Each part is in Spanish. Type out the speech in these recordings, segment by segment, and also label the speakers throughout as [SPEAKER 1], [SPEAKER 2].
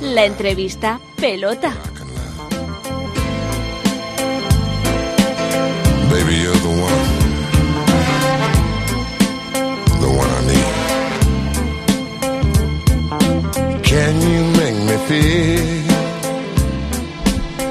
[SPEAKER 1] La entrevista pelota.
[SPEAKER 2] Baby, you're the one. The one I need. Can you make me feel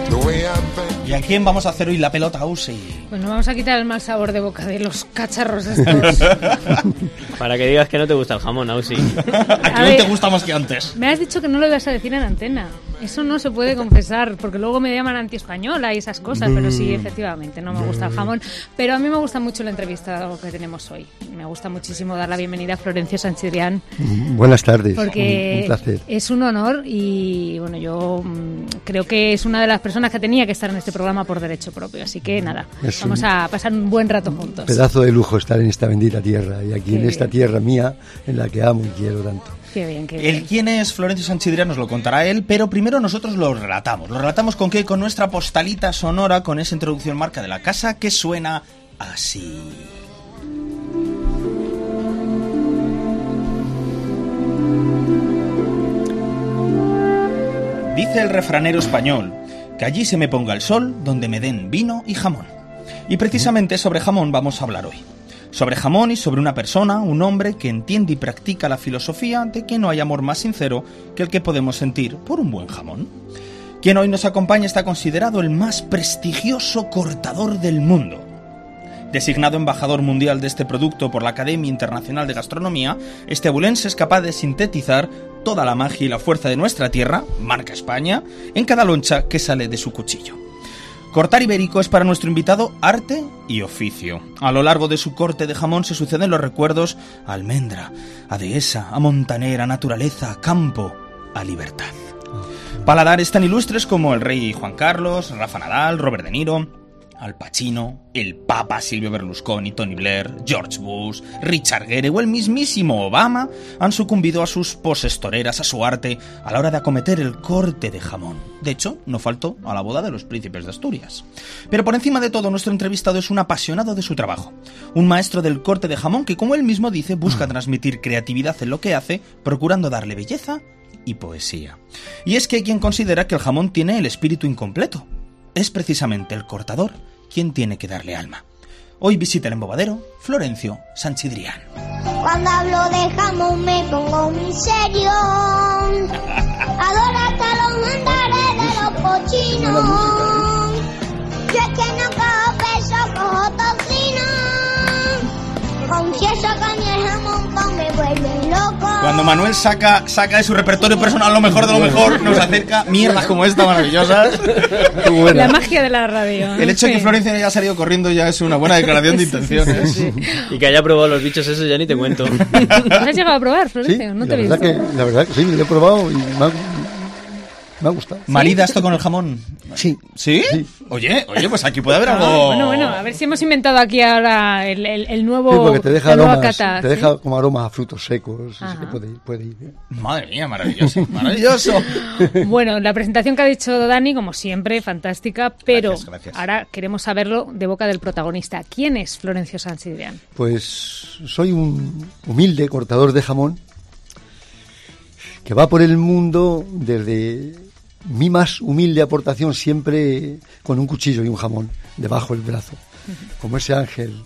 [SPEAKER 2] the way I think?
[SPEAKER 3] ¿Y a quién vamos a hacer hoy la pelota, Usi?
[SPEAKER 4] Bueno, vamos a quitar el mal sabor de boca de los cacharros estos.
[SPEAKER 5] Para que digas que no te gusta el jamón, Ausi.
[SPEAKER 3] ¿A
[SPEAKER 4] A
[SPEAKER 3] quién te
[SPEAKER 4] ver.
[SPEAKER 3] gusta más que antes?
[SPEAKER 4] Me has dicho que no lo ibas a decir en antena. Eso no se puede confesar, porque luego me llaman antiespañola y esas cosas, pero sí,
[SPEAKER 6] Mm.
[SPEAKER 4] efectivamente, no me gusta el jamón. Pero a mí me gusta mucho la entrevista que tenemos hoy. Me gusta muchísimo dar la bienvenida a Florencio Sanchidrián,
[SPEAKER 6] Buenas tardes.
[SPEAKER 4] porque
[SPEAKER 6] Un placer.
[SPEAKER 4] es un honor y, bueno, yo mm, creo que es una de las personas que tenía que estar en este programa por derecho propio. Así que nada,
[SPEAKER 6] Es
[SPEAKER 4] vamos
[SPEAKER 6] un
[SPEAKER 4] a pasar un buen rato juntos.
[SPEAKER 6] Pedazo de lujo estar en esta bendita tierra y aquí
[SPEAKER 4] Qué
[SPEAKER 6] en esta
[SPEAKER 4] bien.
[SPEAKER 6] tierra mía en la que amo y quiero tanto.
[SPEAKER 4] Qué bien, qué bien.
[SPEAKER 3] El quién es Florencio Sanchidria nos lo contará él, pero primero nosotros lo relatamos. ¿Lo relatamos con qué? Con nuestra postalita sonora, con esa introducción marca de la casa que suena así. Dice el refranero español, que allí se me ponga el sol donde me den vino y jamón. Y precisamente sobre jamón vamos a hablar hoy. Sobre jamón y sobre una persona, un hombre que entiende y practica la filosofía de que no hay amor más sincero que el que podemos sentir por un buen jamón. Quien hoy nos acompaña está considerado el más prestigioso cortador del mundo. Designado embajador mundial de este producto por la Academia Internacional de Gastronomía, este abulense es capaz de sintetizar toda la magia y la fuerza de nuestra tierra, marca España, en cada loncha que sale de su cuchillo. Cortar ibérico es para nuestro invitado arte y oficio. A lo largo de su corte de jamón se suceden los recuerdos a almendra, a dehesa, a montanera, a naturaleza, a campo, a libertad. Paladares tan ilustres como el rey Juan Carlos, Rafa Nadal, Robert De Niro, Al Pacino, el Papa Silvio Berlusconi, Tony Blair, George Bush, Richard Gere o el mismísimo Obama han sucumbido a sus poses toreras, a su arte, a la hora de acometer el corte de jamón. De hecho, no faltó a la boda de los príncipes de Asturias. Pero por encima de todo, nuestro entrevistado es un apasionado de su trabajo, un maestro del corte de jamón que, como él mismo dice, busca transmitir creatividad en lo que hace, procurando darle belleza y poesía. Y es que hay quien considera que el jamón tiene el espíritu incompleto. Es precisamente el cortador quien tiene que darle alma. Hoy visita el embobadero Florencio Sanchidrián.
[SPEAKER 7] Cuando hablo de jamón me pongo muy serio. Adoro hasta los mandares de los cochinos. Yo es que no cojo peso, cojo tocino. Confieso que mi jamón pan me vuelve loco.
[SPEAKER 3] Cuando Manuel saca, saca de su repertorio personal lo mejor de lo mejor, nos acerca mierdas como esta maravillosas.
[SPEAKER 6] Muy buena.
[SPEAKER 4] La magia de la radio.
[SPEAKER 3] El hecho de que
[SPEAKER 4] Sí.
[SPEAKER 3] Florencio haya salido corriendo ya es una buena declaración de intenciones.
[SPEAKER 5] Y que haya probado los bichos, eso ya ni te cuento.
[SPEAKER 4] ¿Lo has llegado a probar,
[SPEAKER 6] Sí,
[SPEAKER 4] Florencio? no
[SPEAKER 6] la,
[SPEAKER 4] te he
[SPEAKER 6] verdad
[SPEAKER 4] visto.
[SPEAKER 6] que, la verdad que sí, lo he probado y me ha, me ha gustado.
[SPEAKER 3] ¿Marida esto con el jamón?
[SPEAKER 6] Sí.
[SPEAKER 3] ¿Sí?
[SPEAKER 6] Sí.
[SPEAKER 3] Oye, oye, pues aquí puede haber
[SPEAKER 4] Ah,
[SPEAKER 3] algo...
[SPEAKER 4] Bueno, bueno, a ver si hemos inventado aquí ahora el, el- el
[SPEAKER 6] Sí,
[SPEAKER 4] nuevo.
[SPEAKER 6] porque te deja
[SPEAKER 4] la nueva
[SPEAKER 6] aromas,
[SPEAKER 4] cata,
[SPEAKER 6] te
[SPEAKER 4] ¿sí?
[SPEAKER 6] deja como aromas a frutos secos, así
[SPEAKER 4] Ajá.
[SPEAKER 6] que puede ir, puede ir. ¿eh?
[SPEAKER 3] Madre mía, maravilloso, maravilloso.
[SPEAKER 4] Bueno, la presentación que ha dicho Dani, como siempre, fantástica, pero
[SPEAKER 3] Gracias, gracias.
[SPEAKER 4] ahora queremos saberlo de boca del protagonista. ¿Quién es Florencio Sansidrián?
[SPEAKER 6] Pues soy un humilde cortador de jamón que va por el mundo desde mi más humilde aportación siempre con un cuchillo y un jamón debajo del brazo, como ese ángel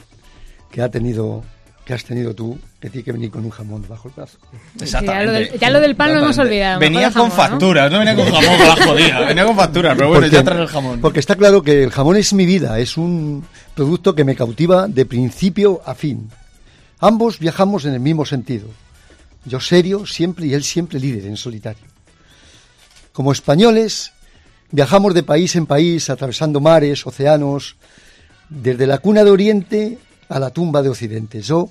[SPEAKER 6] que ha tenido que has tenido tú, que tiene que venir con un jamón debajo del brazo.
[SPEAKER 4] Ya lo del- ya lo del pan lo hemos
[SPEAKER 3] Exactamente.
[SPEAKER 4] olvidado,
[SPEAKER 3] Venía
[SPEAKER 4] mejor el
[SPEAKER 3] con
[SPEAKER 4] jamón, ¿no?
[SPEAKER 3] facturas, ¿no? venía con jamón, con la jodida. Venía con facturas, pero bueno, ya trae el jamón.
[SPEAKER 6] porque está claro que el jamón es mi vida, es un producto que me cautiva de principio a fin. Ambos viajamos en el mismo sentido. Yo serio siempre y él siempre líder en solitario. Como españoles, viajamos de país en país, atravesando mares, océanos, desde la cuna de Oriente a la tumba de Occidente. Yo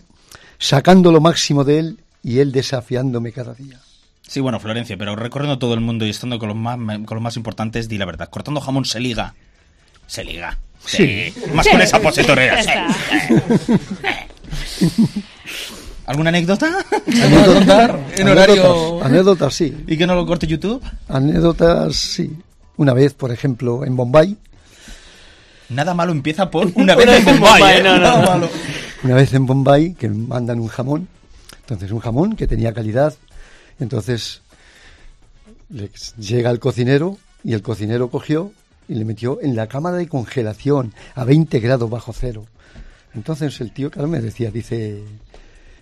[SPEAKER 6] sacando lo máximo de él y él desafiándome cada día.
[SPEAKER 3] Sí, bueno, Florencia, pero recorriendo todo el mundo y estando con los más, con los más importantes, di la verdad. Cortando jamón se liga. Se liga. Sí. Más con esa pose torera.
[SPEAKER 4] Ya está.
[SPEAKER 3] ¿Alguna anécdota? En horario... ¿eh?
[SPEAKER 6] Anécdotas, anécdotas, sí.
[SPEAKER 3] ¿Y que no lo corte YouTube?
[SPEAKER 6] Anécdotas, sí. Una vez, por ejemplo, en Bombay,
[SPEAKER 3] Nada malo empieza por una vez
[SPEAKER 5] Una
[SPEAKER 3] en
[SPEAKER 5] vez en
[SPEAKER 3] Bombay,
[SPEAKER 5] Bombay,
[SPEAKER 3] ¿eh?
[SPEAKER 5] no, no,
[SPEAKER 3] Nada
[SPEAKER 5] no.
[SPEAKER 3] malo.
[SPEAKER 6] una vez en Bombay, que mandan un jamón, entonces un jamón que tenía calidad, entonces Le- llega el cocinero y el cocinero cogió y le metió en la cámara de congelación a 20 grados bajo cero. Entonces el tío, claro, me decía, dice,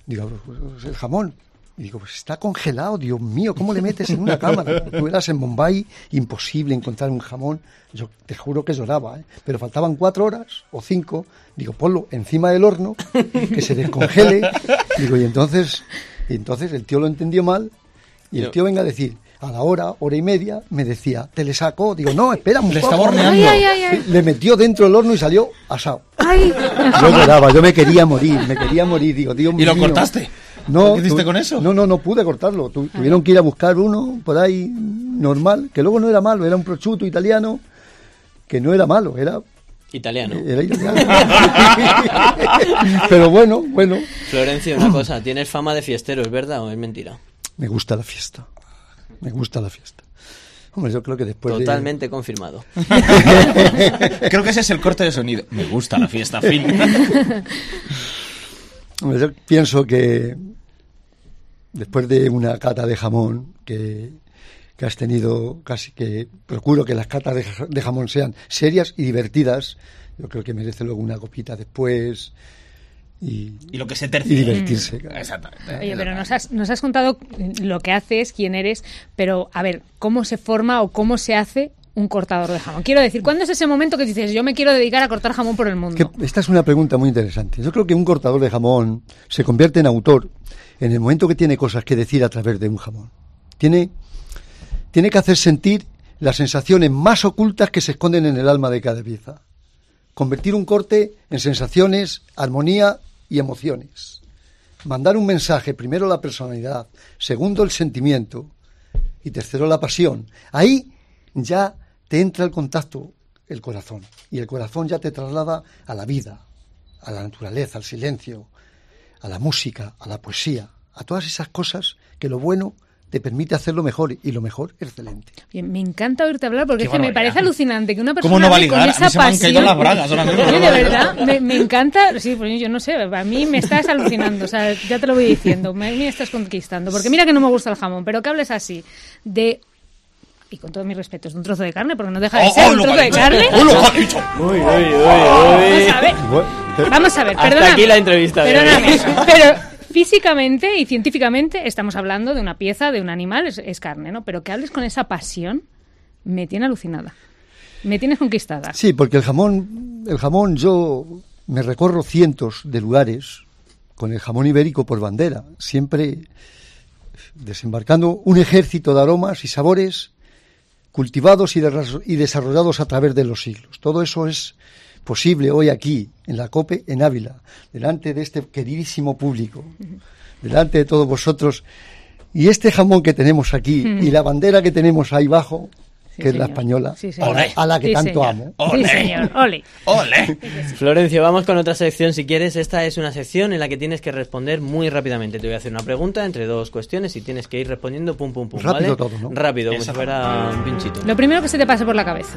[SPEAKER 6] digo, "Pues, el jamón. Y digo, pues está congelado, Dios mío, ¿cómo le metes en una cámara? Tú eras en Bombay, imposible encontrar un jamón. Yo te juro que lloraba, ¿eh? pero faltaban cuatro horas o cinco. Digo, ponlo encima del horno, que se descongele. Digo, y entonces, y entonces el tío lo entendió mal y el tío venga a decir, a la hora, hora y media, me decía, te le sacó. Digo, no, espera un
[SPEAKER 3] Le
[SPEAKER 6] poco".
[SPEAKER 3] estaba
[SPEAKER 4] Ay,
[SPEAKER 3] horneando.
[SPEAKER 4] ay, ay, ay.
[SPEAKER 6] Le metió dentro del horno y salió asado.
[SPEAKER 4] Ay.
[SPEAKER 6] Yo lloraba, yo me quería morir, me quería morir. Digo, Dios
[SPEAKER 3] ¿Y lo
[SPEAKER 6] mío".
[SPEAKER 3] cortaste?
[SPEAKER 6] No,
[SPEAKER 3] ¿Qué hiciste
[SPEAKER 6] tu-
[SPEAKER 3] con eso?
[SPEAKER 6] No, no, no pude cortarlo. Tu- tuvieron que ir a buscar uno por ahí normal, que luego no era malo, era un prosciutto italiano, que no era malo, era,
[SPEAKER 5] Italiano.
[SPEAKER 6] era italiano. Pero bueno, bueno,
[SPEAKER 5] Florencio, una cosa, tienes fama de fiestero, ¿es verdad o es mentira?
[SPEAKER 6] me gusta la fiesta. Me gusta la fiesta. Hombre, yo creo que después de-
[SPEAKER 5] Totalmente confirmado.
[SPEAKER 3] Creo que ese es el corte de sonido. Me gusta la fiesta, fin.
[SPEAKER 6] Hombre, Yo pienso que después de una cata de jamón que, que has tenido, casi que procuro que las catas de, ja- de jamón sean serias y divertidas, yo creo que merece luego una copita después y,
[SPEAKER 3] Y lo que se
[SPEAKER 6] y
[SPEAKER 3] tercia.
[SPEAKER 6] divertirse.
[SPEAKER 3] Exactamente.
[SPEAKER 4] Oye, pero nos has, nos has contado lo que haces, quién eres, pero a ver, ¿cómo se forma o cómo se hace un cortador de jamón? Quiero decir, ¿cuándo es ese momento que dices, yo me quiero dedicar a cortar jamón por el mundo?
[SPEAKER 6] Que esta es una pregunta muy interesante. Yo creo que un cortador de jamón se convierte en autor en el momento que tiene cosas que decir a través de un jamón. Tiene, tiene que hacer sentir las sensaciones más ocultas que se esconden en el alma de cada pieza. Convertir un corte en sensaciones, armonía y emociones. Mandar un mensaje, primero la personalidad, segundo el sentimiento y tercero la pasión. Ahí ya te entra el contacto, el corazón, y el corazón ya te traslada a la vida, a la naturaleza, al silencio, a la música, a la poesía, a todas esas cosas que lo bueno te permite hacerlo mejor y lo mejor excelente.
[SPEAKER 4] Oye, Me encanta oírte hablar porque
[SPEAKER 3] Qué
[SPEAKER 4] es que me
[SPEAKER 3] barbaridad.
[SPEAKER 4] parece alucinante que una persona
[SPEAKER 3] no va a
[SPEAKER 4] hable con
[SPEAKER 3] ligar? A
[SPEAKER 4] esa
[SPEAKER 3] mí se me han
[SPEAKER 4] pasión-
[SPEAKER 3] caído las bragas ahora mismo.
[SPEAKER 4] Oye, de verdad, me, me encanta. Sí, pues yo no sé, a mí me estás alucinando. O sea, ya te lo voy diciendo, me, me estás conquistando. Porque mira que no me gusta el jamón, pero que hables así de. Y con todo mi respeto, es un trozo de carne, porque no deja de
[SPEAKER 3] Oh,
[SPEAKER 4] ser
[SPEAKER 3] oh,
[SPEAKER 4] un
[SPEAKER 3] lo que
[SPEAKER 4] trozo
[SPEAKER 3] ha
[SPEAKER 4] de
[SPEAKER 3] dicho.
[SPEAKER 4] carne.
[SPEAKER 3] Oh, lo que ha dicho.
[SPEAKER 4] Vamos a ver. Vamos a ver,
[SPEAKER 5] Hasta
[SPEAKER 4] perdóname.
[SPEAKER 5] aquí la entrevista de hoy.
[SPEAKER 4] Perdóname, pero físicamente y científicamente estamos hablando de una pieza, de un animal, es, es carne, ¿no? Pero que hables con esa pasión me tiene alucinada. Me tienes conquistada.
[SPEAKER 6] Sí, porque el jamón, el jamón yo me recorro cientos de lugares con el jamón ibérico por bandera, siempre desembarcando un ejército de aromas y sabores cultivados y, derras- y desarrollados a través de los siglos. Todo eso es posible hoy aquí, en la COPE, en Ávila, delante de este queridísimo público, delante de todos vosotros. Y este jamón que tenemos aquí y la bandera que tenemos ahí abajo,
[SPEAKER 4] Sí,
[SPEAKER 6] que es la
[SPEAKER 4] señor.
[SPEAKER 6] española,
[SPEAKER 4] Sí, señor.
[SPEAKER 6] a, la, a la que
[SPEAKER 4] Sí,
[SPEAKER 6] tanto
[SPEAKER 4] señor.
[SPEAKER 6] amo.
[SPEAKER 4] Sí,
[SPEAKER 3] Ole.
[SPEAKER 4] señor. Ole.
[SPEAKER 3] ¡Ole!
[SPEAKER 5] Florencio, vamos con otra sección si quieres. Esta es una sección en la que tienes que responder muy rápidamente. Te voy a hacer una pregunta entre dos cuestiones y tienes que ir respondiendo pum pum pum. ¿vale?
[SPEAKER 6] Rápido todo, ¿no?
[SPEAKER 5] Rápido, como si
[SPEAKER 3] Esa-
[SPEAKER 5] fuera un pinchito.
[SPEAKER 4] Lo primero que se te pase por la cabeza.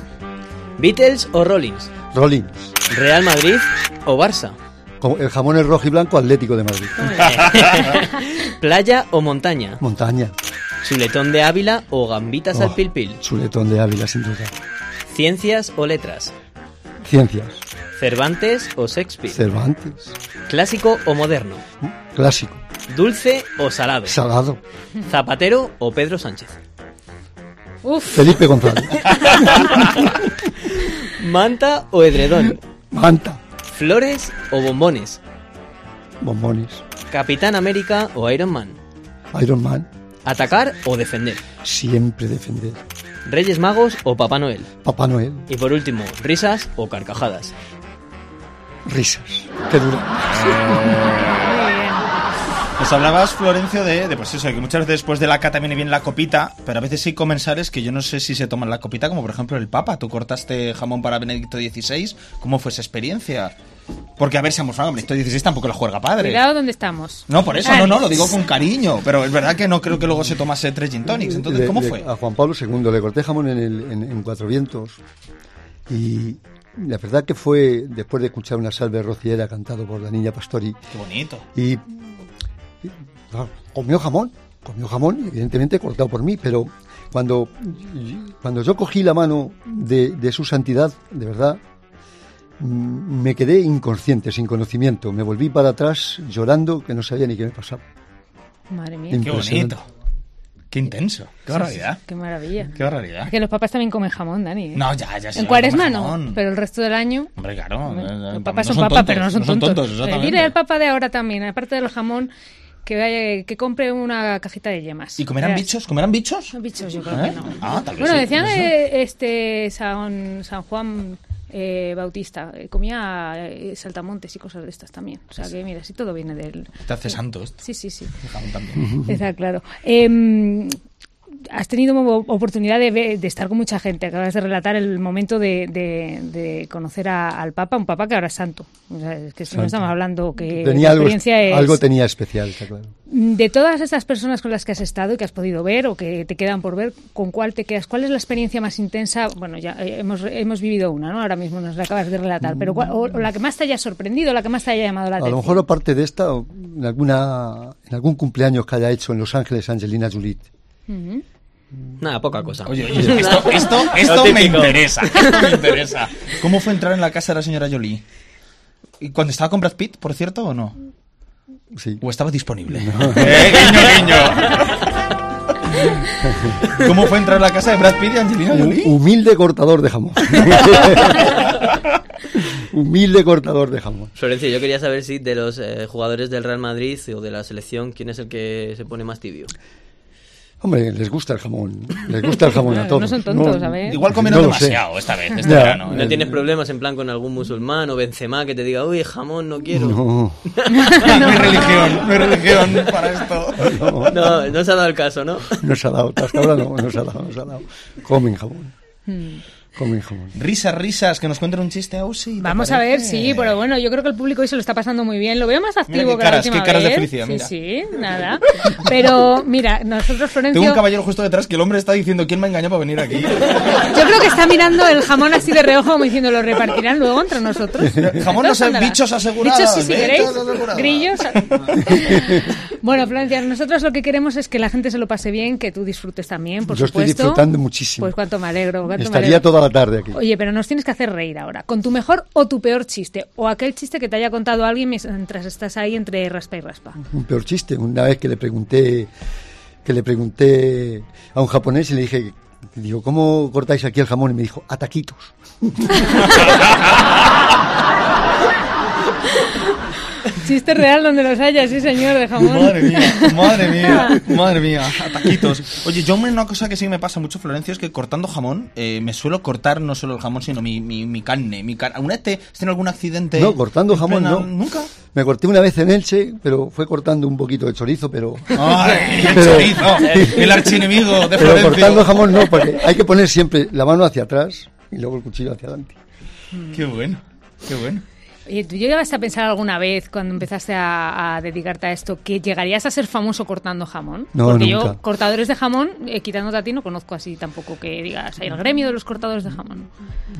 [SPEAKER 5] ¿Beatles o Rollins?
[SPEAKER 6] Rollins.
[SPEAKER 5] ¿Real Madrid o Barça?
[SPEAKER 6] Como El jamón es rojo y blanco Atlético de Madrid.
[SPEAKER 3] Ah.
[SPEAKER 5] ¿Playa o montaña?
[SPEAKER 6] Montaña,
[SPEAKER 5] ¿Chuletón de Ávila o gambitas
[SPEAKER 6] Oh.
[SPEAKER 5] al pilpil?
[SPEAKER 6] chuletón de Ávila, sin duda.
[SPEAKER 5] ¿Ciencias o letras?
[SPEAKER 6] Ciencias,
[SPEAKER 5] ¿Cervantes o Shakespeare?
[SPEAKER 6] Cervantes,
[SPEAKER 5] ¿Clásico o moderno?
[SPEAKER 6] clásico,
[SPEAKER 5] ¿Dulce o salado?
[SPEAKER 6] salado,
[SPEAKER 5] ¿Zapatero o Pedro Sánchez?
[SPEAKER 4] Uf.
[SPEAKER 6] Felipe González,
[SPEAKER 5] ¿Manta o edredón?
[SPEAKER 6] manta,
[SPEAKER 5] ¿Flores o bombones?
[SPEAKER 6] bombones,
[SPEAKER 5] ¿Capitán América o Iron Man?
[SPEAKER 6] Iron Man,
[SPEAKER 5] ¿Atacar o defender?
[SPEAKER 6] siempre defender,
[SPEAKER 5] ¿Reyes Magos o Papá Noel?
[SPEAKER 6] Papá Noel,
[SPEAKER 5] Y por último, ¿risas o carcajadas?
[SPEAKER 6] risas. Qué dura.
[SPEAKER 3] Nos hablabas, Florencio, de, de, pues eso, que muchas veces después de la cata viene bien la copita, pero a veces hay comensales que yo no sé si se toman la copita, como por ejemplo el Papa. Tú cortaste jamón para Benedicto XVI, ¿cómo fue esa experiencia? Porque, a ver, seamos francos, Benedicto XVI tampoco lo juega padre.
[SPEAKER 4] Cuidado donde estamos.
[SPEAKER 3] No, por eso,
[SPEAKER 4] Ah,
[SPEAKER 3] no, no, lo digo con cariño, pero es verdad que no creo que luego se tomase tres gin tonics. Entonces,
[SPEAKER 6] Le-
[SPEAKER 3] ¿cómo
[SPEAKER 6] le-
[SPEAKER 3] fue?
[SPEAKER 6] A Juan Pablo II le corté jamón en, el, en, en Cuatro Vientos y la verdad que fue después de escuchar una salve rociera cantado por la niña Pastori
[SPEAKER 3] Qué bonito.
[SPEAKER 6] y ah, y, claro, comió jamón, comió jamón, evidentemente cortado por mí, pero Cuando, cuando yo cogí la mano de, de su santidad, de verdad, mm, me quedé inconsciente, sin conocimiento. Me volví para atrás llorando que no sabía ni qué me pasaba.
[SPEAKER 4] Madre mía.
[SPEAKER 6] Im-
[SPEAKER 3] Qué
[SPEAKER 6] Impresionante.
[SPEAKER 3] bonito. Qué intenso. Qué barbaridad.
[SPEAKER 4] Qué maravilla.
[SPEAKER 3] Qué barbaridad.
[SPEAKER 4] Que los papás también comen jamón, Dani. ¿eh?
[SPEAKER 3] No, ya, ya. sí,
[SPEAKER 4] en cuaresma
[SPEAKER 3] hombre,
[SPEAKER 4] no,
[SPEAKER 3] jamón.
[SPEAKER 4] pero el resto del año.
[SPEAKER 3] Hombre, claro. eh,
[SPEAKER 4] Los
[SPEAKER 3] eh,
[SPEAKER 4] papás
[SPEAKER 3] no
[SPEAKER 4] son papas,
[SPEAKER 3] tontos,
[SPEAKER 4] pero no son tontos. Eh,
[SPEAKER 3] exactamente.
[SPEAKER 4] dile al papá de ahora también, aparte del jamón, que, vaya- que compre una cajita de yemas.
[SPEAKER 3] ¿Y comerán
[SPEAKER 4] Verás.
[SPEAKER 3] bichos? ¿Comerán bichos?
[SPEAKER 4] Bichos, yo creo que
[SPEAKER 3] ¿Eh?
[SPEAKER 4] no.
[SPEAKER 3] Ah, tal vez
[SPEAKER 4] bueno,
[SPEAKER 3] sí,
[SPEAKER 4] decían
[SPEAKER 3] no
[SPEAKER 4] eh, este San, San Juan eh, Bautista, eh, comía eh, saltamontes y cosas de estas también. O
[SPEAKER 3] Pues
[SPEAKER 4] sea que mira, si todo viene del...
[SPEAKER 3] Te hace santo esto.
[SPEAKER 4] Sí, sí, sí.
[SPEAKER 3] El jamón también.
[SPEAKER 4] Está claro. Em, has tenido mo- oportunidad de, ver- de estar con mucha gente. Acabas de relatar el momento de, de- de conocer a- al Papa, un Papa que ahora es santo. O sea, es que si no
[SPEAKER 6] Santo.
[SPEAKER 4] estamos hablando que
[SPEAKER 6] Tenía
[SPEAKER 4] Eh, la
[SPEAKER 6] algo,
[SPEAKER 4] experiencia es-
[SPEAKER 6] algo tenía especial, está claro.
[SPEAKER 4] de todas esas personas con las que has estado y que has podido ver o que te quedan por ver, ¿con cuál te quedas? ¿Cuál es la experiencia más intensa? Bueno, ya eh, hemos, hemos vivido una, ¿no? Ahora mismo nos la acabas de relatar, pero ¿cuál- o, o la que más te haya sorprendido, la que más te haya llamado la
[SPEAKER 6] Mm. A
[SPEAKER 4] atención.
[SPEAKER 6] lo mejor aparte de esta, o en, alguna, en algún cumpleaños que haya hecho en Los Ángeles Angelina Jolie.
[SPEAKER 5] Nada, poca cosa.
[SPEAKER 3] Oye, oye, esto, esto, esto me
[SPEAKER 5] típico.
[SPEAKER 3] interesa. Esto me interesa. ¿Cómo fue entrar en la casa de la señora Jolie? ¿Y cuando estaba con Brad Pitt, por cierto, o no?
[SPEAKER 6] Sí.
[SPEAKER 3] ¿O estabas disponible? ¡Eh, guiño, guiño! ¿Cómo fue entrar en la casa de Brad Pitt y
[SPEAKER 6] Uh,
[SPEAKER 3] Angelina Jolie?
[SPEAKER 6] Hu- Humilde cortador de jamón. Humilde cortador de jamón.
[SPEAKER 5] Florencio, yo quería saber si de los eh, jugadores del Real Madrid o de la selección, ¿quién es el que se pone más tibio?
[SPEAKER 6] Hombre, les gusta el jamón. Les gusta el jamón
[SPEAKER 4] Claro,
[SPEAKER 6] a todos.
[SPEAKER 4] no son tontos, a ver.
[SPEAKER 3] Igual comieron
[SPEAKER 6] No lo sé.
[SPEAKER 3] demasiado esta vez, este
[SPEAKER 6] Ya.
[SPEAKER 3] verano.
[SPEAKER 5] ¿No tienes problemas en plan con algún musulmán o Benzema que te diga, uy, jamón, no quiero?
[SPEAKER 6] No,
[SPEAKER 3] No hay religión, no hay religión para esto.
[SPEAKER 6] no,
[SPEAKER 5] No, no se ha dado el caso, ¿no?
[SPEAKER 6] no se ha dado. Hasta ahora no, no se ha dado, no se ha dado. Comen jamón.
[SPEAKER 4] Hmm.
[SPEAKER 6] Comen jamón.
[SPEAKER 3] Risas, risas, que nos cuenten un chiste, Ausi. ¿te
[SPEAKER 4] Vamos a
[SPEAKER 3] parece?
[SPEAKER 4] ver, sí, pero bueno, yo creo que el público hoy se lo está pasando muy bien. Lo veo más activo
[SPEAKER 3] qué
[SPEAKER 4] que
[SPEAKER 3] caras,
[SPEAKER 4] la última
[SPEAKER 3] qué caras de
[SPEAKER 4] vez.
[SPEAKER 3] felicidad,
[SPEAKER 4] sí,
[SPEAKER 3] mira.
[SPEAKER 4] sí, nada. Pero mira, nosotros Florencio
[SPEAKER 3] Tengo un caballero justo detrás que el hombre está diciendo quién me engañó para venir aquí.
[SPEAKER 4] Yo creo que está mirando el jamón así de reojo como diciendo, ¿lo repartirán luego entre nosotros?
[SPEAKER 3] Jamón no sé,
[SPEAKER 4] Ándala.
[SPEAKER 3] bichos asegurados, ¿eh?
[SPEAKER 4] Bichos sí, si
[SPEAKER 3] bichos
[SPEAKER 4] queréis.
[SPEAKER 3] asegurados.
[SPEAKER 4] Grillos. bueno, Francia, nosotros lo que queremos es que la gente se lo pase bien, que tú disfrutes también, por
[SPEAKER 6] Yo estoy
[SPEAKER 4] supuesto.
[SPEAKER 6] disfrutando muchísimo.
[SPEAKER 4] Pues cuánto me alegro, cuánto me
[SPEAKER 6] Estaría
[SPEAKER 4] alegro.
[SPEAKER 6] toda la tarde aquí.
[SPEAKER 4] Oye, pero nos tienes que hacer reír ahora, con tu mejor o tu peor chiste, o aquel chiste que te haya contado alguien mientras estás ahí entre raspa y raspa.
[SPEAKER 6] un peor chiste. Una vez que le pregunté, que le pregunté a un japonés y le dije, digo, ¿cómo cortáis aquí el jamón? Y me dijo, a taquitos.
[SPEAKER 4] Chiste real donde los haya, sí señor, de jamón.
[SPEAKER 3] Madre mía, madre mía, madre mía, ataquitos. Oye, yo una cosa que sí me pasa mucho, Florencio, es que cortando jamón, eh, me suelo cortar no solo el jamón, sino mi, mi, mi carne, mi carne. ¿Alguna vez te has tenido algún accidente?
[SPEAKER 6] No, cortando
[SPEAKER 3] en
[SPEAKER 6] jamón
[SPEAKER 3] plena-
[SPEAKER 6] no.
[SPEAKER 3] ¿Nunca?
[SPEAKER 6] Me corté una vez en Elche, pero fue cortando un poquito de chorizo, pero...
[SPEAKER 3] ¡Ay, el
[SPEAKER 6] Pero-
[SPEAKER 3] chorizo! El archienemigo de
[SPEAKER 6] Pero
[SPEAKER 3] Florencio.
[SPEAKER 6] cortando jamón no, porque hay que poner siempre la mano hacia atrás y luego el cuchillo hacia adelante.
[SPEAKER 3] Qué bueno, qué bueno.
[SPEAKER 4] Oye, ¿tú llegaste a pensar alguna vez cuando empezaste a, a dedicarte a esto que llegarías a ser famoso cortando jamón?
[SPEAKER 6] No,
[SPEAKER 4] Porque
[SPEAKER 6] nunca.
[SPEAKER 4] yo, cortadores de jamón, eh, quitándote a ti, no conozco así tampoco que digas el gremio de los cortadores de jamón.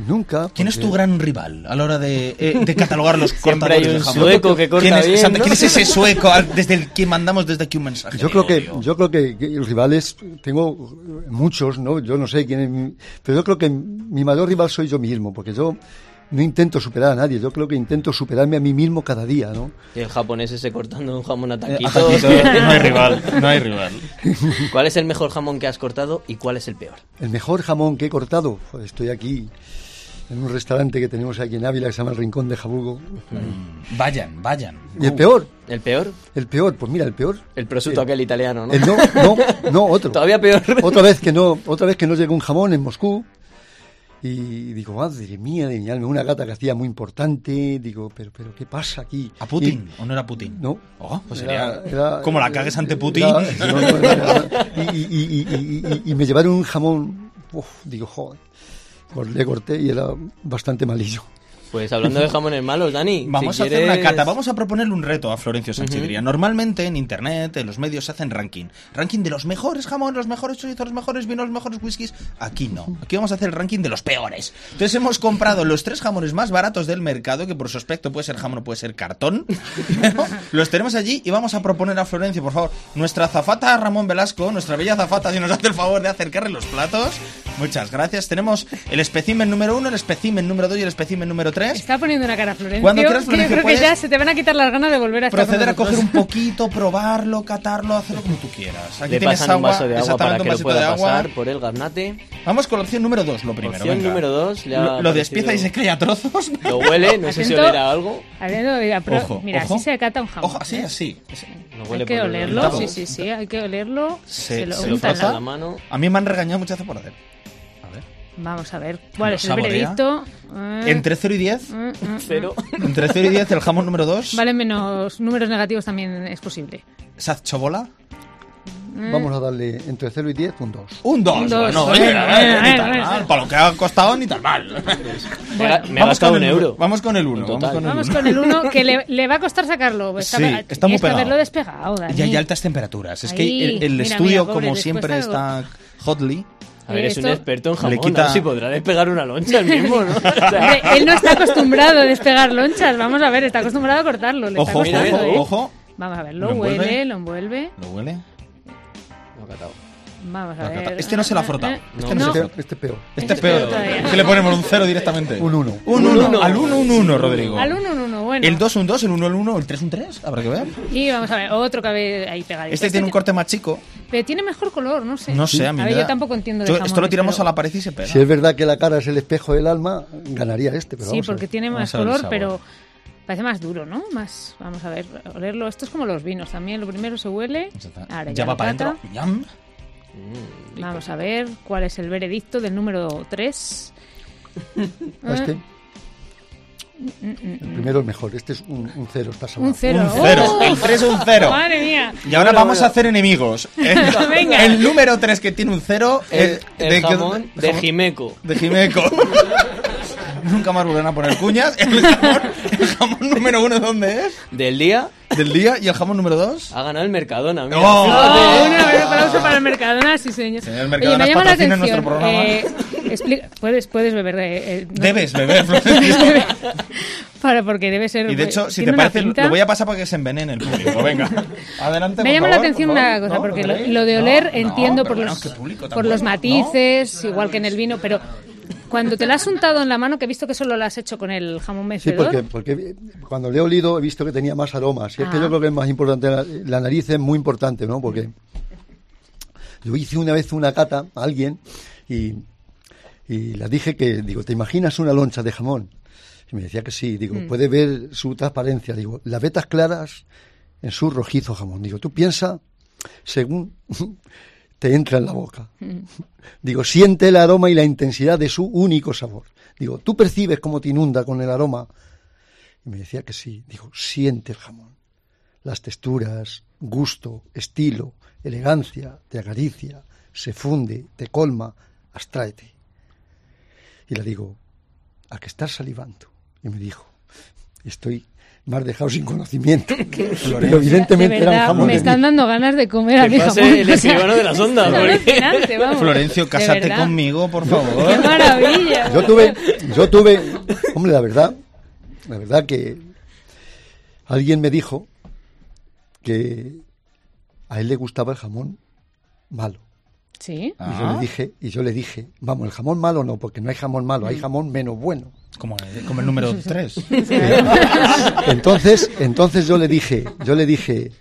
[SPEAKER 6] Nunca.
[SPEAKER 3] ¿Quién es
[SPEAKER 6] porque-
[SPEAKER 3] tu gran rival a la hora de, eh, de catalogar los cortadores
[SPEAKER 5] hay un
[SPEAKER 3] de jamón?
[SPEAKER 5] sueco que corta
[SPEAKER 3] ¿Quién es,
[SPEAKER 5] bien,
[SPEAKER 3] Santa-
[SPEAKER 5] ¿no?
[SPEAKER 3] ¿Quién es ese sueco al- desde el que mandamos desde aquí un mensaje?
[SPEAKER 6] Yo
[SPEAKER 3] de
[SPEAKER 6] creo que
[SPEAKER 3] odio?
[SPEAKER 6] yo creo que, que los rivales tengo muchos, ¿no? Yo no sé quién es mi- pero yo creo que mi mayor rival soy yo mismo, porque yo no intento superar a nadie, yo creo que intento superarme a mí mismo cada día, ¿no?
[SPEAKER 5] Y el japonés ese cortando un jamón a
[SPEAKER 3] Eh,
[SPEAKER 5] taquitos.
[SPEAKER 3] ataquito, no hay rival, no hay rival.
[SPEAKER 5] ¿Cuál es el mejor jamón que has cortado y cuál es el peor?
[SPEAKER 6] El mejor jamón que he cortado, joder, estoy aquí en un restaurante que tenemos aquí en Ávila que se llama el Rincón de Jabugo.
[SPEAKER 3] Mm. Vayan, vayan. Uh.
[SPEAKER 6] Y el peor,
[SPEAKER 5] ¿El peor?
[SPEAKER 6] el peor, pues mira, el peor,
[SPEAKER 5] El prosciutto
[SPEAKER 3] Eh,
[SPEAKER 5] aquel italiano, ¿no?
[SPEAKER 6] el no, no, no otro.
[SPEAKER 5] Todavía peor.
[SPEAKER 6] otra vez que no, otra vez que no llegó un jamón en Moscú. Y digo, madre mía, de mi alma, una gata que hacía muy importante. Digo, pero, pero ¿qué pasa aquí?
[SPEAKER 3] ¿A Putin? ¿O no era Putin?
[SPEAKER 6] No.
[SPEAKER 3] Oh, pues
[SPEAKER 6] Era-
[SPEAKER 3] sería.
[SPEAKER 6] era- eh,
[SPEAKER 3] como la cagues ante Putin.
[SPEAKER 6] era- no, no, no, no. y, y- y- y- y- y- y me llevaron un jamón. Uf, digo, joder. Cor- Le corté y era bastante malillo.
[SPEAKER 5] Pues hablando de jamones malos, Dani.
[SPEAKER 3] Vamos
[SPEAKER 5] si
[SPEAKER 3] a hacer
[SPEAKER 5] quieres-
[SPEAKER 3] una cata, vamos a proponerle un reto a Florencio Sanchidría. Normalmente en internet, en los medios se hacen ranking. Ranking de los mejores jamones, los mejores chorizos, los mejores vinos, los mejores whiskies. Aquí no. Aquí vamos a hacer el ranking de los peores. Entonces hemos comprado los tres jamones más baratos del mercado, que por su aspecto puede ser jamón o puede ser cartón. Pero los tenemos allí y vamos a proponer a Florencio, por favor, nuestra azafata Ramón Velasco, nuestra bella azafata, si nos hace el favor de acercarle los platos. Muchas gracias. Tenemos el especimen número uno, el especimen número dos y el especimen número tres.
[SPEAKER 4] Está poniendo una cara Florencio.
[SPEAKER 3] Cuando quieras,
[SPEAKER 4] que
[SPEAKER 3] Florencio,
[SPEAKER 4] yo creo
[SPEAKER 3] puedes
[SPEAKER 4] que ya se te van a quitar las ganas de volver a estar
[SPEAKER 3] proceder
[SPEAKER 4] con
[SPEAKER 3] a coger
[SPEAKER 4] nosotros.
[SPEAKER 3] un poquito, probarlo, catarlo, hacerlo como tú quieras. Aquí
[SPEAKER 5] Le
[SPEAKER 3] tienes
[SPEAKER 5] pasan
[SPEAKER 3] agua,
[SPEAKER 5] un vaso de agua para
[SPEAKER 3] exactamente
[SPEAKER 5] que
[SPEAKER 3] un
[SPEAKER 5] lo
[SPEAKER 3] vasito
[SPEAKER 5] pueda
[SPEAKER 3] de agua.
[SPEAKER 5] pasar por el garnate.
[SPEAKER 3] Vamos con la opción número 2, lo primero.
[SPEAKER 5] Opción
[SPEAKER 3] venga.
[SPEAKER 5] número dos, le ha
[SPEAKER 3] Lo, lo despieza
[SPEAKER 5] parecido-
[SPEAKER 3] y se cae a trozos.
[SPEAKER 5] Lo huele, no sé si
[SPEAKER 4] Atento.
[SPEAKER 5] olerá algo.
[SPEAKER 4] Atento, mira, pro-
[SPEAKER 3] Ojo,
[SPEAKER 4] mira,
[SPEAKER 3] ojo.
[SPEAKER 4] así se cata un jamón.
[SPEAKER 3] Ojo, así,
[SPEAKER 4] ¿eh?
[SPEAKER 3] así. así.
[SPEAKER 5] No
[SPEAKER 4] Hay
[SPEAKER 5] huele
[SPEAKER 4] que
[SPEAKER 5] por el
[SPEAKER 4] olerlo,
[SPEAKER 3] olor.
[SPEAKER 4] sí, sí, sí, hay que olerlo. Se, lo
[SPEAKER 5] se lo
[SPEAKER 4] untan,
[SPEAKER 5] pasa
[SPEAKER 4] ¿no?
[SPEAKER 5] la mano.
[SPEAKER 3] A mí me han regañado muchas veces por hacer. A ver.
[SPEAKER 4] Vamos a ver. ¿Cuál
[SPEAKER 3] Lo
[SPEAKER 4] es el
[SPEAKER 3] saborea.
[SPEAKER 4] veredicto? Eh,
[SPEAKER 3] Entre 0 y 10.
[SPEAKER 4] mm, mm.
[SPEAKER 5] Cero.
[SPEAKER 3] Entre 0 y 10, el jamón número 2.
[SPEAKER 4] Vale, menos números negativos también es posible.
[SPEAKER 3] Sazchobola.
[SPEAKER 6] Vamos a darle entre 0 y 10 un 2.
[SPEAKER 3] Un 2.
[SPEAKER 4] Un dos.
[SPEAKER 3] Bueno,
[SPEAKER 4] Bueno,
[SPEAKER 3] oye, a ver,
[SPEAKER 4] bueno,
[SPEAKER 3] ni
[SPEAKER 4] bueno,
[SPEAKER 3] tan
[SPEAKER 4] bueno.
[SPEAKER 3] mal. Para lo que ha costado, ni tan mal.
[SPEAKER 5] Me ha- Me ha
[SPEAKER 3] Vamos
[SPEAKER 5] gastado
[SPEAKER 3] con
[SPEAKER 5] un
[SPEAKER 3] el
[SPEAKER 5] euro.
[SPEAKER 3] Vamos con el 1. Vamos
[SPEAKER 5] Total.
[SPEAKER 3] con el
[SPEAKER 4] Vamos
[SPEAKER 3] uno.
[SPEAKER 4] con el uno que le, le va a costar sacarlo. Está,
[SPEAKER 3] Sí, está muy
[SPEAKER 4] es que
[SPEAKER 3] pegado.
[SPEAKER 4] haberlo despegado, Dani.
[SPEAKER 3] Y hay altas temperaturas. Es
[SPEAKER 4] Ahí.
[SPEAKER 3] que el, el
[SPEAKER 4] Mira, mira,
[SPEAKER 3] estudio,
[SPEAKER 4] pobre,
[SPEAKER 3] como
[SPEAKER 4] después
[SPEAKER 3] siempre,
[SPEAKER 4] algo.
[SPEAKER 3] está hotly.
[SPEAKER 5] A ver, es un
[SPEAKER 4] Esto-
[SPEAKER 5] experto en
[SPEAKER 3] Le
[SPEAKER 5] jamón.
[SPEAKER 3] quita-
[SPEAKER 5] a ver si podrá despegar una loncha el mismo, ¿no? O sea,
[SPEAKER 4] Hombre, él no está acostumbrado a despegar lonchas. Vamos a ver, está acostumbrado a cortarlo. Le está
[SPEAKER 3] Ojo, ojo,
[SPEAKER 4] costando,
[SPEAKER 3] ojo,
[SPEAKER 4] ¿eh?
[SPEAKER 3] ojo.
[SPEAKER 4] Vamos a ver, lo,
[SPEAKER 3] ¿Lo envuelve?
[SPEAKER 4] huele, lo envuelve.
[SPEAKER 3] ¿Lo huele?
[SPEAKER 5] no, catao.
[SPEAKER 4] Vamos
[SPEAKER 3] Lo
[SPEAKER 4] a ver. Eh,
[SPEAKER 3] cata- este no se la ha frotado.
[SPEAKER 5] Este
[SPEAKER 4] no.
[SPEAKER 6] Este, es peor- este es peor.
[SPEAKER 3] Este es
[SPEAKER 4] peor
[SPEAKER 3] peor.
[SPEAKER 4] todavía.
[SPEAKER 3] ¿Qué le ponemos? ¿Un 0 directamente?
[SPEAKER 6] Un 1.
[SPEAKER 3] Un 1. Al 1, un 1, Rodrigo.
[SPEAKER 4] Al 1, 1, 1, bueno.
[SPEAKER 3] El 2, un 2, el 1, el 1, el 3, un 3. Habrá que ver.
[SPEAKER 4] Y vamos a ver, otro que ve ahí pegadito.
[SPEAKER 3] Este tiene un corte más chico.
[SPEAKER 4] Pero tiene mejor color, no sé.
[SPEAKER 3] No sé, a mí
[SPEAKER 4] A
[SPEAKER 3] me
[SPEAKER 4] ver,
[SPEAKER 3] da-
[SPEAKER 4] yo tampoco entiendo de
[SPEAKER 3] Yo-
[SPEAKER 4] jamones,
[SPEAKER 3] Esto lo tiramos
[SPEAKER 4] pero-
[SPEAKER 3] a la pared y se pega.
[SPEAKER 6] Si es verdad que la cara es el espejo del alma, ganaría este, pero
[SPEAKER 4] Sí,
[SPEAKER 6] vamos a ver.
[SPEAKER 4] porque tiene
[SPEAKER 3] Vamos
[SPEAKER 4] más
[SPEAKER 3] a ver el
[SPEAKER 4] color,
[SPEAKER 3] sabor.
[SPEAKER 4] pero parece más duro, ¿no? Más, vamos a ver, olerlo. Esto es como los vinos también. Lo primero se huele.
[SPEAKER 3] Ya está.
[SPEAKER 4] Ahora
[SPEAKER 3] ya va
[SPEAKER 4] lo
[SPEAKER 3] para
[SPEAKER 4] cata.
[SPEAKER 3] adentro. Ñam.
[SPEAKER 4] Vamos a ver cuál es el veredicto del número 3.
[SPEAKER 6] Ah, Este.
[SPEAKER 4] Mm,
[SPEAKER 6] El primero es mejor. Este es un, un 0, está salvado.
[SPEAKER 4] Un cero.
[SPEAKER 3] Un 0.
[SPEAKER 4] ¡Oh!
[SPEAKER 3] El 3 es un 0.
[SPEAKER 4] Madre mía.
[SPEAKER 3] Y ahora vamos a hacer enemigos. El,
[SPEAKER 4] Venga.
[SPEAKER 3] el número 3 que tiene un 0
[SPEAKER 5] El, el jamón de Jimeco.
[SPEAKER 3] de Jimeco. Nunca más volverán a poner cuñas. El jamón, el jamón número uno, ¿dónde es?
[SPEAKER 5] Del día
[SPEAKER 3] Del día. ¿Y el jamón número dos?
[SPEAKER 4] Ah.
[SPEAKER 5] ha ganado el Mercadona. mira.
[SPEAKER 3] ¡Oh!
[SPEAKER 4] Oh, un aplauso para el Mercadona, sí señor.
[SPEAKER 3] Señor
[SPEAKER 4] Oye,
[SPEAKER 3] Mercadona,
[SPEAKER 4] me llama la
[SPEAKER 3] patrocina
[SPEAKER 4] atención.
[SPEAKER 3] nuestro programa.
[SPEAKER 4] eh, explica- puedes, puedes beber. eh, eh, no-
[SPEAKER 3] Debes beber, Florencio.
[SPEAKER 4] para porque debe ser.
[SPEAKER 3] Y de hecho, si
[SPEAKER 4] tiene
[SPEAKER 3] te
[SPEAKER 4] una
[SPEAKER 3] parece,
[SPEAKER 4] pinta.
[SPEAKER 3] lo voy a pasar para que se envenene el público. Venga. Adelante,
[SPEAKER 4] Me
[SPEAKER 3] por
[SPEAKER 4] llama la
[SPEAKER 3] favor,
[SPEAKER 4] atención
[SPEAKER 3] por favor.
[SPEAKER 4] una cosa,
[SPEAKER 3] ¿No?
[SPEAKER 4] porque lo,
[SPEAKER 3] queréis?
[SPEAKER 4] lo de
[SPEAKER 3] No,
[SPEAKER 4] oler
[SPEAKER 3] no,
[SPEAKER 4] entiendo
[SPEAKER 3] pero
[SPEAKER 4] por,
[SPEAKER 3] bueno,
[SPEAKER 4] los,
[SPEAKER 3] qué público tan
[SPEAKER 4] por los
[SPEAKER 3] bueno, ¿no?
[SPEAKER 4] matices, igual que en el vino, pero cuando te lo has untado en la mano, que he visto que solo lo has hecho con el jamón
[SPEAKER 6] Sí,
[SPEAKER 4] vencedor,
[SPEAKER 6] porque, porque cuando le he olido he visto que tenía más aromas. Y es que
[SPEAKER 4] Ah.
[SPEAKER 6] yo creo que es más importante. La, la nariz es muy importante, ¿no? Porque yo hice una vez una cata a alguien y, y le dije que, digo, ¿te imaginas una loncha de jamón? Y me decía que sí. Digo, puede ver su transparencia. Digo, las vetas claras en su rojizo jamón. Digo, tú piensa según te entra en la boca. Digo, siente el aroma y la intensidad de su único sabor. Digo, ¿tú percibes cómo te inunda con el aroma? Y me decía que sí. Digo, siente el jamón. Las texturas, gusto, estilo, elegancia, te acaricia, se funde, te colma, abstráete. Y le digo, ¿a que estás salivando? Y me dijo, estoy más dejado sin conocimiento. Pero
[SPEAKER 4] de
[SPEAKER 6] evidentemente era un
[SPEAKER 4] verdad
[SPEAKER 6] jamón.
[SPEAKER 4] me
[SPEAKER 6] de
[SPEAKER 4] están
[SPEAKER 6] mí.
[SPEAKER 4] dando ganas de comer a
[SPEAKER 5] Que
[SPEAKER 4] mi
[SPEAKER 5] pase
[SPEAKER 4] jamón.
[SPEAKER 5] el
[SPEAKER 4] o sea,
[SPEAKER 5] escribano de las ondas,
[SPEAKER 4] es
[SPEAKER 5] porque-
[SPEAKER 4] alucinante, vamos.
[SPEAKER 3] Florencio,
[SPEAKER 4] De
[SPEAKER 3] cásate
[SPEAKER 4] verdad.
[SPEAKER 3] conmigo, por
[SPEAKER 4] ¡Qué
[SPEAKER 3] favor.
[SPEAKER 4] maravilla!
[SPEAKER 6] Yo tuve, yo tuve, hombre, la verdad, la verdad que alguien me dijo que a él le gustaba el jamón malo.
[SPEAKER 4] Sí.
[SPEAKER 6] Y yo
[SPEAKER 3] Ah.
[SPEAKER 6] le dije, y yo le dije, vamos, el jamón malo no, porque no hay jamón malo, hay jamón menos bueno.
[SPEAKER 3] Como el, como el número 3.
[SPEAKER 6] Entonces, entonces yo le dije, yo le dije,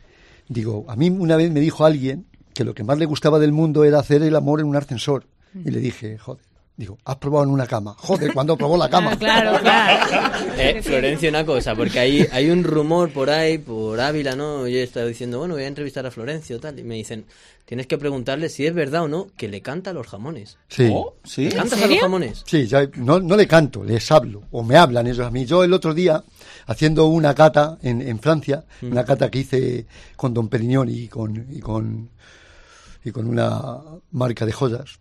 [SPEAKER 6] digo, a mí una vez me dijo alguien que lo que más le gustaba del mundo era hacer el amor en un ascensor. Y le dije, joder, digo, has probado en una cama. Joder, cuando probó la
[SPEAKER 4] Ah,
[SPEAKER 6] cama.
[SPEAKER 4] claro, claro.
[SPEAKER 5] Eh, Florencio, una cosa, porque hay, hay un rumor por ahí, por Ávila, ¿no? Yo he estado diciendo, bueno, voy a entrevistar a Florencio, tal, y me dicen, tienes que preguntarle si es verdad o no que le canta a los jamones.
[SPEAKER 6] Sí.
[SPEAKER 3] Oh, ¿Sí?
[SPEAKER 5] ¿Le ¿Cantas a los
[SPEAKER 4] serio?
[SPEAKER 5] jamones?
[SPEAKER 6] Sí, ya- no, no le canto, les hablo, o me hablan ellos a mí. Yo el otro día, haciendo una cata en, en Francia, una cata que hice con Don Periñón y con, y con, y con una marca de joyas,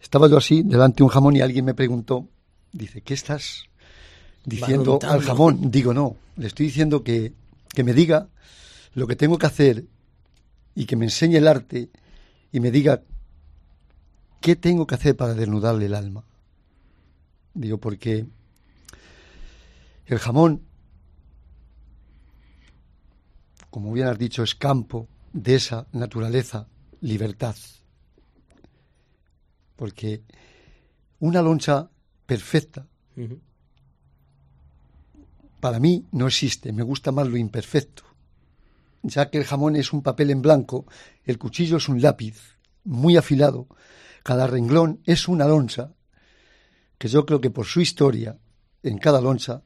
[SPEAKER 6] estaba yo así, delante de un jamón, y alguien me preguntó, dice, ¿qué estás? diciendo al jamón, digo no, le estoy diciendo que, que me diga lo que tengo que hacer y que me enseñe el arte y me diga qué tengo que hacer para desnudarle el alma. Digo, porque el jamón, como bien has dicho, es campo de esa naturaleza, libertad. Porque una loncha perfecta
[SPEAKER 5] Ujú.
[SPEAKER 6] para mí no existe, me gusta más lo imperfecto. Ya que el jamón es un papel en blanco, el cuchillo es un lápiz muy afilado, cada renglón es una loncha, que yo creo que por su historia, en cada loncha,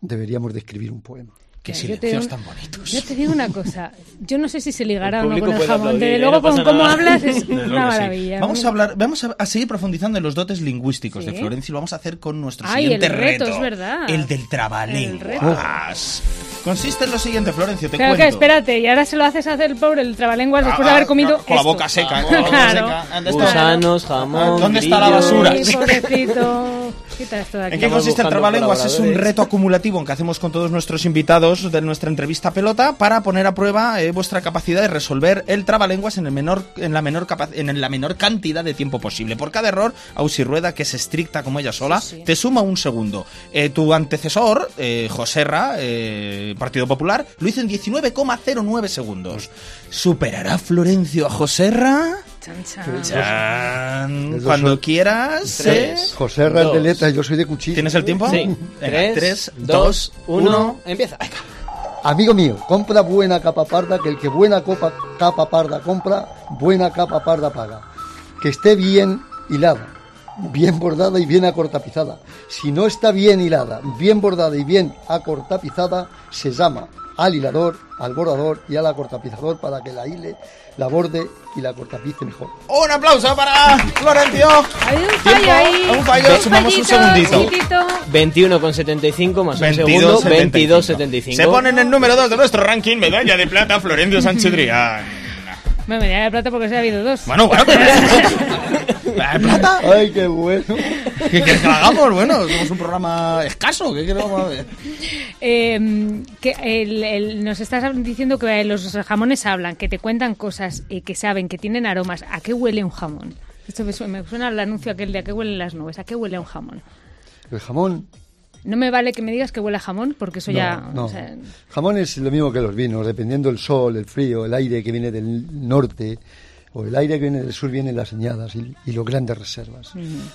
[SPEAKER 6] deberíamos de escribir un poema.
[SPEAKER 3] Qué
[SPEAKER 4] Mira, yo te
[SPEAKER 3] silencios
[SPEAKER 4] digo-
[SPEAKER 3] tan bonitos.
[SPEAKER 4] Yo te digo una cosa, yo no sé si se ligará
[SPEAKER 5] El
[SPEAKER 4] o no con
[SPEAKER 5] público
[SPEAKER 4] el
[SPEAKER 5] puede
[SPEAKER 4] jamón.
[SPEAKER 5] aplaudir,
[SPEAKER 4] Desde
[SPEAKER 5] ¿eh?
[SPEAKER 4] luego,
[SPEAKER 5] No
[SPEAKER 4] con
[SPEAKER 5] pasa
[SPEAKER 4] cómo
[SPEAKER 5] nada.
[SPEAKER 4] hablas es
[SPEAKER 3] Desde luego
[SPEAKER 4] una
[SPEAKER 3] que sí.
[SPEAKER 4] maravilla.
[SPEAKER 3] Vamos
[SPEAKER 4] ¿no?
[SPEAKER 3] a hablar, vamos a, a seguir profundizando en los dotes lingüísticos de
[SPEAKER 4] Sí.
[SPEAKER 3] Florencio y lo vamos a hacer con nuestro
[SPEAKER 4] Ay,
[SPEAKER 3] siguiente
[SPEAKER 4] el reto, es verdad.
[SPEAKER 3] El del trabalenguas. Consiste en lo siguiente, Florencio, te
[SPEAKER 4] Claro que
[SPEAKER 3] cuento. Ah,
[SPEAKER 4] espérate, y ahora se lo haces hacer el pobre el trabalenguas después de haber comido.
[SPEAKER 3] con la
[SPEAKER 4] esto. Ah,
[SPEAKER 3] boca seca, con la boca
[SPEAKER 4] Claro.
[SPEAKER 3] seca. ¿Dónde está?
[SPEAKER 5] Gusanos, jamón.
[SPEAKER 3] ¿Dónde está la
[SPEAKER 5] grillos.
[SPEAKER 3] basura?
[SPEAKER 4] Ay, pobrecito. Quita esto de aquí.
[SPEAKER 3] ¿En qué consiste el
[SPEAKER 5] buscando
[SPEAKER 3] trabalenguas? Es un
[SPEAKER 5] colaboradores.
[SPEAKER 3] reto acumulativo en que hacemos con todos nuestros invitados de nuestra entrevista pelota para poner a prueba eh, vuestra capacidad de resolver el trabalenguas en, el menor, en, la menor capa- en la menor cantidad de tiempo posible. Por cada error, Ausi Rueda, que es estricta como ella sola, te suma un segundo. Eh, tu antecesor, eh, Joserra, eh, Partido Popular, lo hizo en 19,09 segundos. ¿Superará Florencio a Joserra?
[SPEAKER 4] Chan, chan.
[SPEAKER 3] Chan.
[SPEAKER 6] Esos
[SPEAKER 3] Cuando
[SPEAKER 6] son
[SPEAKER 3] quieras. ¿eh?
[SPEAKER 5] tres.
[SPEAKER 6] José Herrera es de
[SPEAKER 5] Dos.
[SPEAKER 6] letras, yo soy de cuchillo.
[SPEAKER 3] ¿Tienes el tiempo?
[SPEAKER 5] Sí.
[SPEAKER 3] Venga,
[SPEAKER 5] 3,
[SPEAKER 3] tres,
[SPEAKER 5] 2,
[SPEAKER 3] dos,
[SPEAKER 5] 1. Empieza.
[SPEAKER 6] Amigo mío, compra buena capa parda, que el que buena copa, capa parda compra, buena capa parda paga. Que esté bien hilada, bien bordada y bien acortapizada. Si no está bien hilada, bien bordada y bien acortapizada, se llama al hilador, al bordador y al acortapizador para que la hile, la borde y la acortapice mejor.
[SPEAKER 3] Un aplauso para Florencio.
[SPEAKER 4] Ha habido un fallo ahí.
[SPEAKER 3] un fallo. Sumamos un
[SPEAKER 4] fallito,
[SPEAKER 3] segundito.
[SPEAKER 4] chiquitito.
[SPEAKER 5] 21,75 más un segundo. 22,75.
[SPEAKER 3] Se pone en el número 2 de nuestro ranking medalla de plata Florencio Sánchez Drián.
[SPEAKER 4] Me medía de plata porque se ha habido dos.
[SPEAKER 3] Bueno, bueno, pero... ¿Eh, plata?
[SPEAKER 6] ¡Ay, qué bueno!
[SPEAKER 3] ¿Qué quieres que lo hagamos? Bueno, somos un programa escaso. ¿Qué quieres que lo hagamos?
[SPEAKER 4] Eh, que el- el- nos estás diciendo que los jamones hablan, que te cuentan cosas, eh, que saben, que tienen aromas. ¿A qué huele un jamón? Esto me suena, me suena al anuncio aquel de a qué huelen las nubes. ¿A qué huele un jamón?
[SPEAKER 6] El jamón
[SPEAKER 4] No me vale que me digas que huele a jamón porque eso
[SPEAKER 6] No,
[SPEAKER 4] ya.
[SPEAKER 6] no.
[SPEAKER 4] o sea,
[SPEAKER 6] Jamón es lo mismo que los vinos, dependiendo el sol, el frío, el aire que viene del norte o el aire que viene del sur, vienen las añadas y, y los grandes reservas.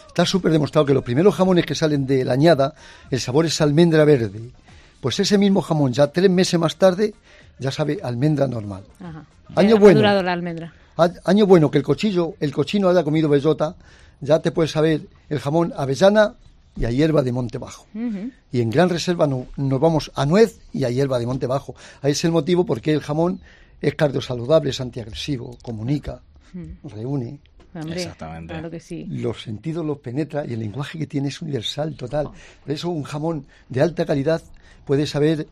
[SPEAKER 6] Está súper demostrado que los primeros jamones que salen de la añada, el sabor es almendra verde. Pues ese mismo jamón, ya tres meses más tarde, ya sabe almendra normal.
[SPEAKER 4] ajá.
[SPEAKER 6] Año
[SPEAKER 4] Ya ha
[SPEAKER 6] bueno.
[SPEAKER 4] madurado la almendra.
[SPEAKER 6] A- Año bueno que el cochillo, el cochino haya comido bellota, ya te puedes saber el jamón avellana y a hierba de monte bajo. Y en gran reserva no- nos vamos a nuez y a hierba de monte bajo. Ahí es el motivo por qué el jamón es cardiosaludable, es antiagresivo, comunica, reúne.
[SPEAKER 4] Hombre,
[SPEAKER 3] Exactamente.
[SPEAKER 4] Claro que sí.
[SPEAKER 6] Los sentidos los penetra y el lenguaje que tiene es universal, total. Por eso un jamón de alta calidad puede saber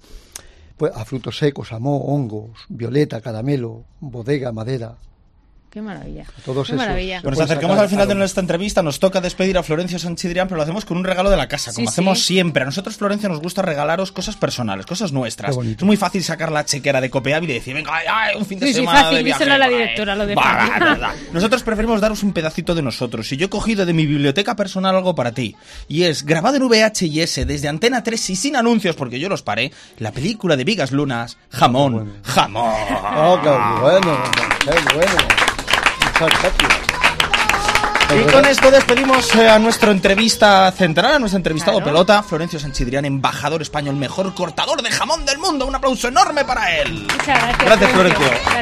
[SPEAKER 6] pues, a frutos secos, a moho, hongos, violeta, caramelo, bodega, madera.
[SPEAKER 4] Qué maravilla.
[SPEAKER 6] todos
[SPEAKER 4] qué
[SPEAKER 6] esos.
[SPEAKER 4] maravilla.
[SPEAKER 3] Nos
[SPEAKER 6] Puedes
[SPEAKER 3] acercamos
[SPEAKER 6] sacar
[SPEAKER 3] al final de
[SPEAKER 6] Pues algo.
[SPEAKER 3] nuestra entrevista. Nos toca despedir a Florencio Sanchidrián, pero lo hacemos con un regalo de la casa, como
[SPEAKER 4] Sí,
[SPEAKER 3] hacemos
[SPEAKER 4] sí.
[SPEAKER 3] siempre. A nosotros, Florencio, nos gusta regalaros cosas personales, cosas nuestras.
[SPEAKER 6] Qué bonito.
[SPEAKER 3] Es muy fácil sacar la chequera de Copeab y decir, venga, ay, ay, un fin de
[SPEAKER 4] Sí, sí,
[SPEAKER 3] semana.
[SPEAKER 4] fácil,
[SPEAKER 3] de viaje,
[SPEAKER 4] díselo a la
[SPEAKER 3] va, eh.
[SPEAKER 4] directora, lo de
[SPEAKER 3] Va,
[SPEAKER 4] fácil.
[SPEAKER 3] va, va, va. Nosotros preferimos daros un pedacito de nosotros. Y yo he cogido de mi biblioteca personal algo para ti. Y es grabado en VHS desde Antena 3 y sin anuncios, porque yo los paré, la película de Vigas Lunas, Jamón, Jamón.
[SPEAKER 6] Ah, qué bueno, qué bueno. Muchas gracias.
[SPEAKER 3] Y con esto despedimos eh, a nuestra entrevista central, a nuestro entrevistado
[SPEAKER 4] Claro.
[SPEAKER 3] pelota, Florencio Sanchidrián, embajador español, mejor cortador de jamón del mundo. Un aplauso enorme para él.
[SPEAKER 4] Muchas gracias.
[SPEAKER 3] Gracias, Florencio.
[SPEAKER 4] Gracias.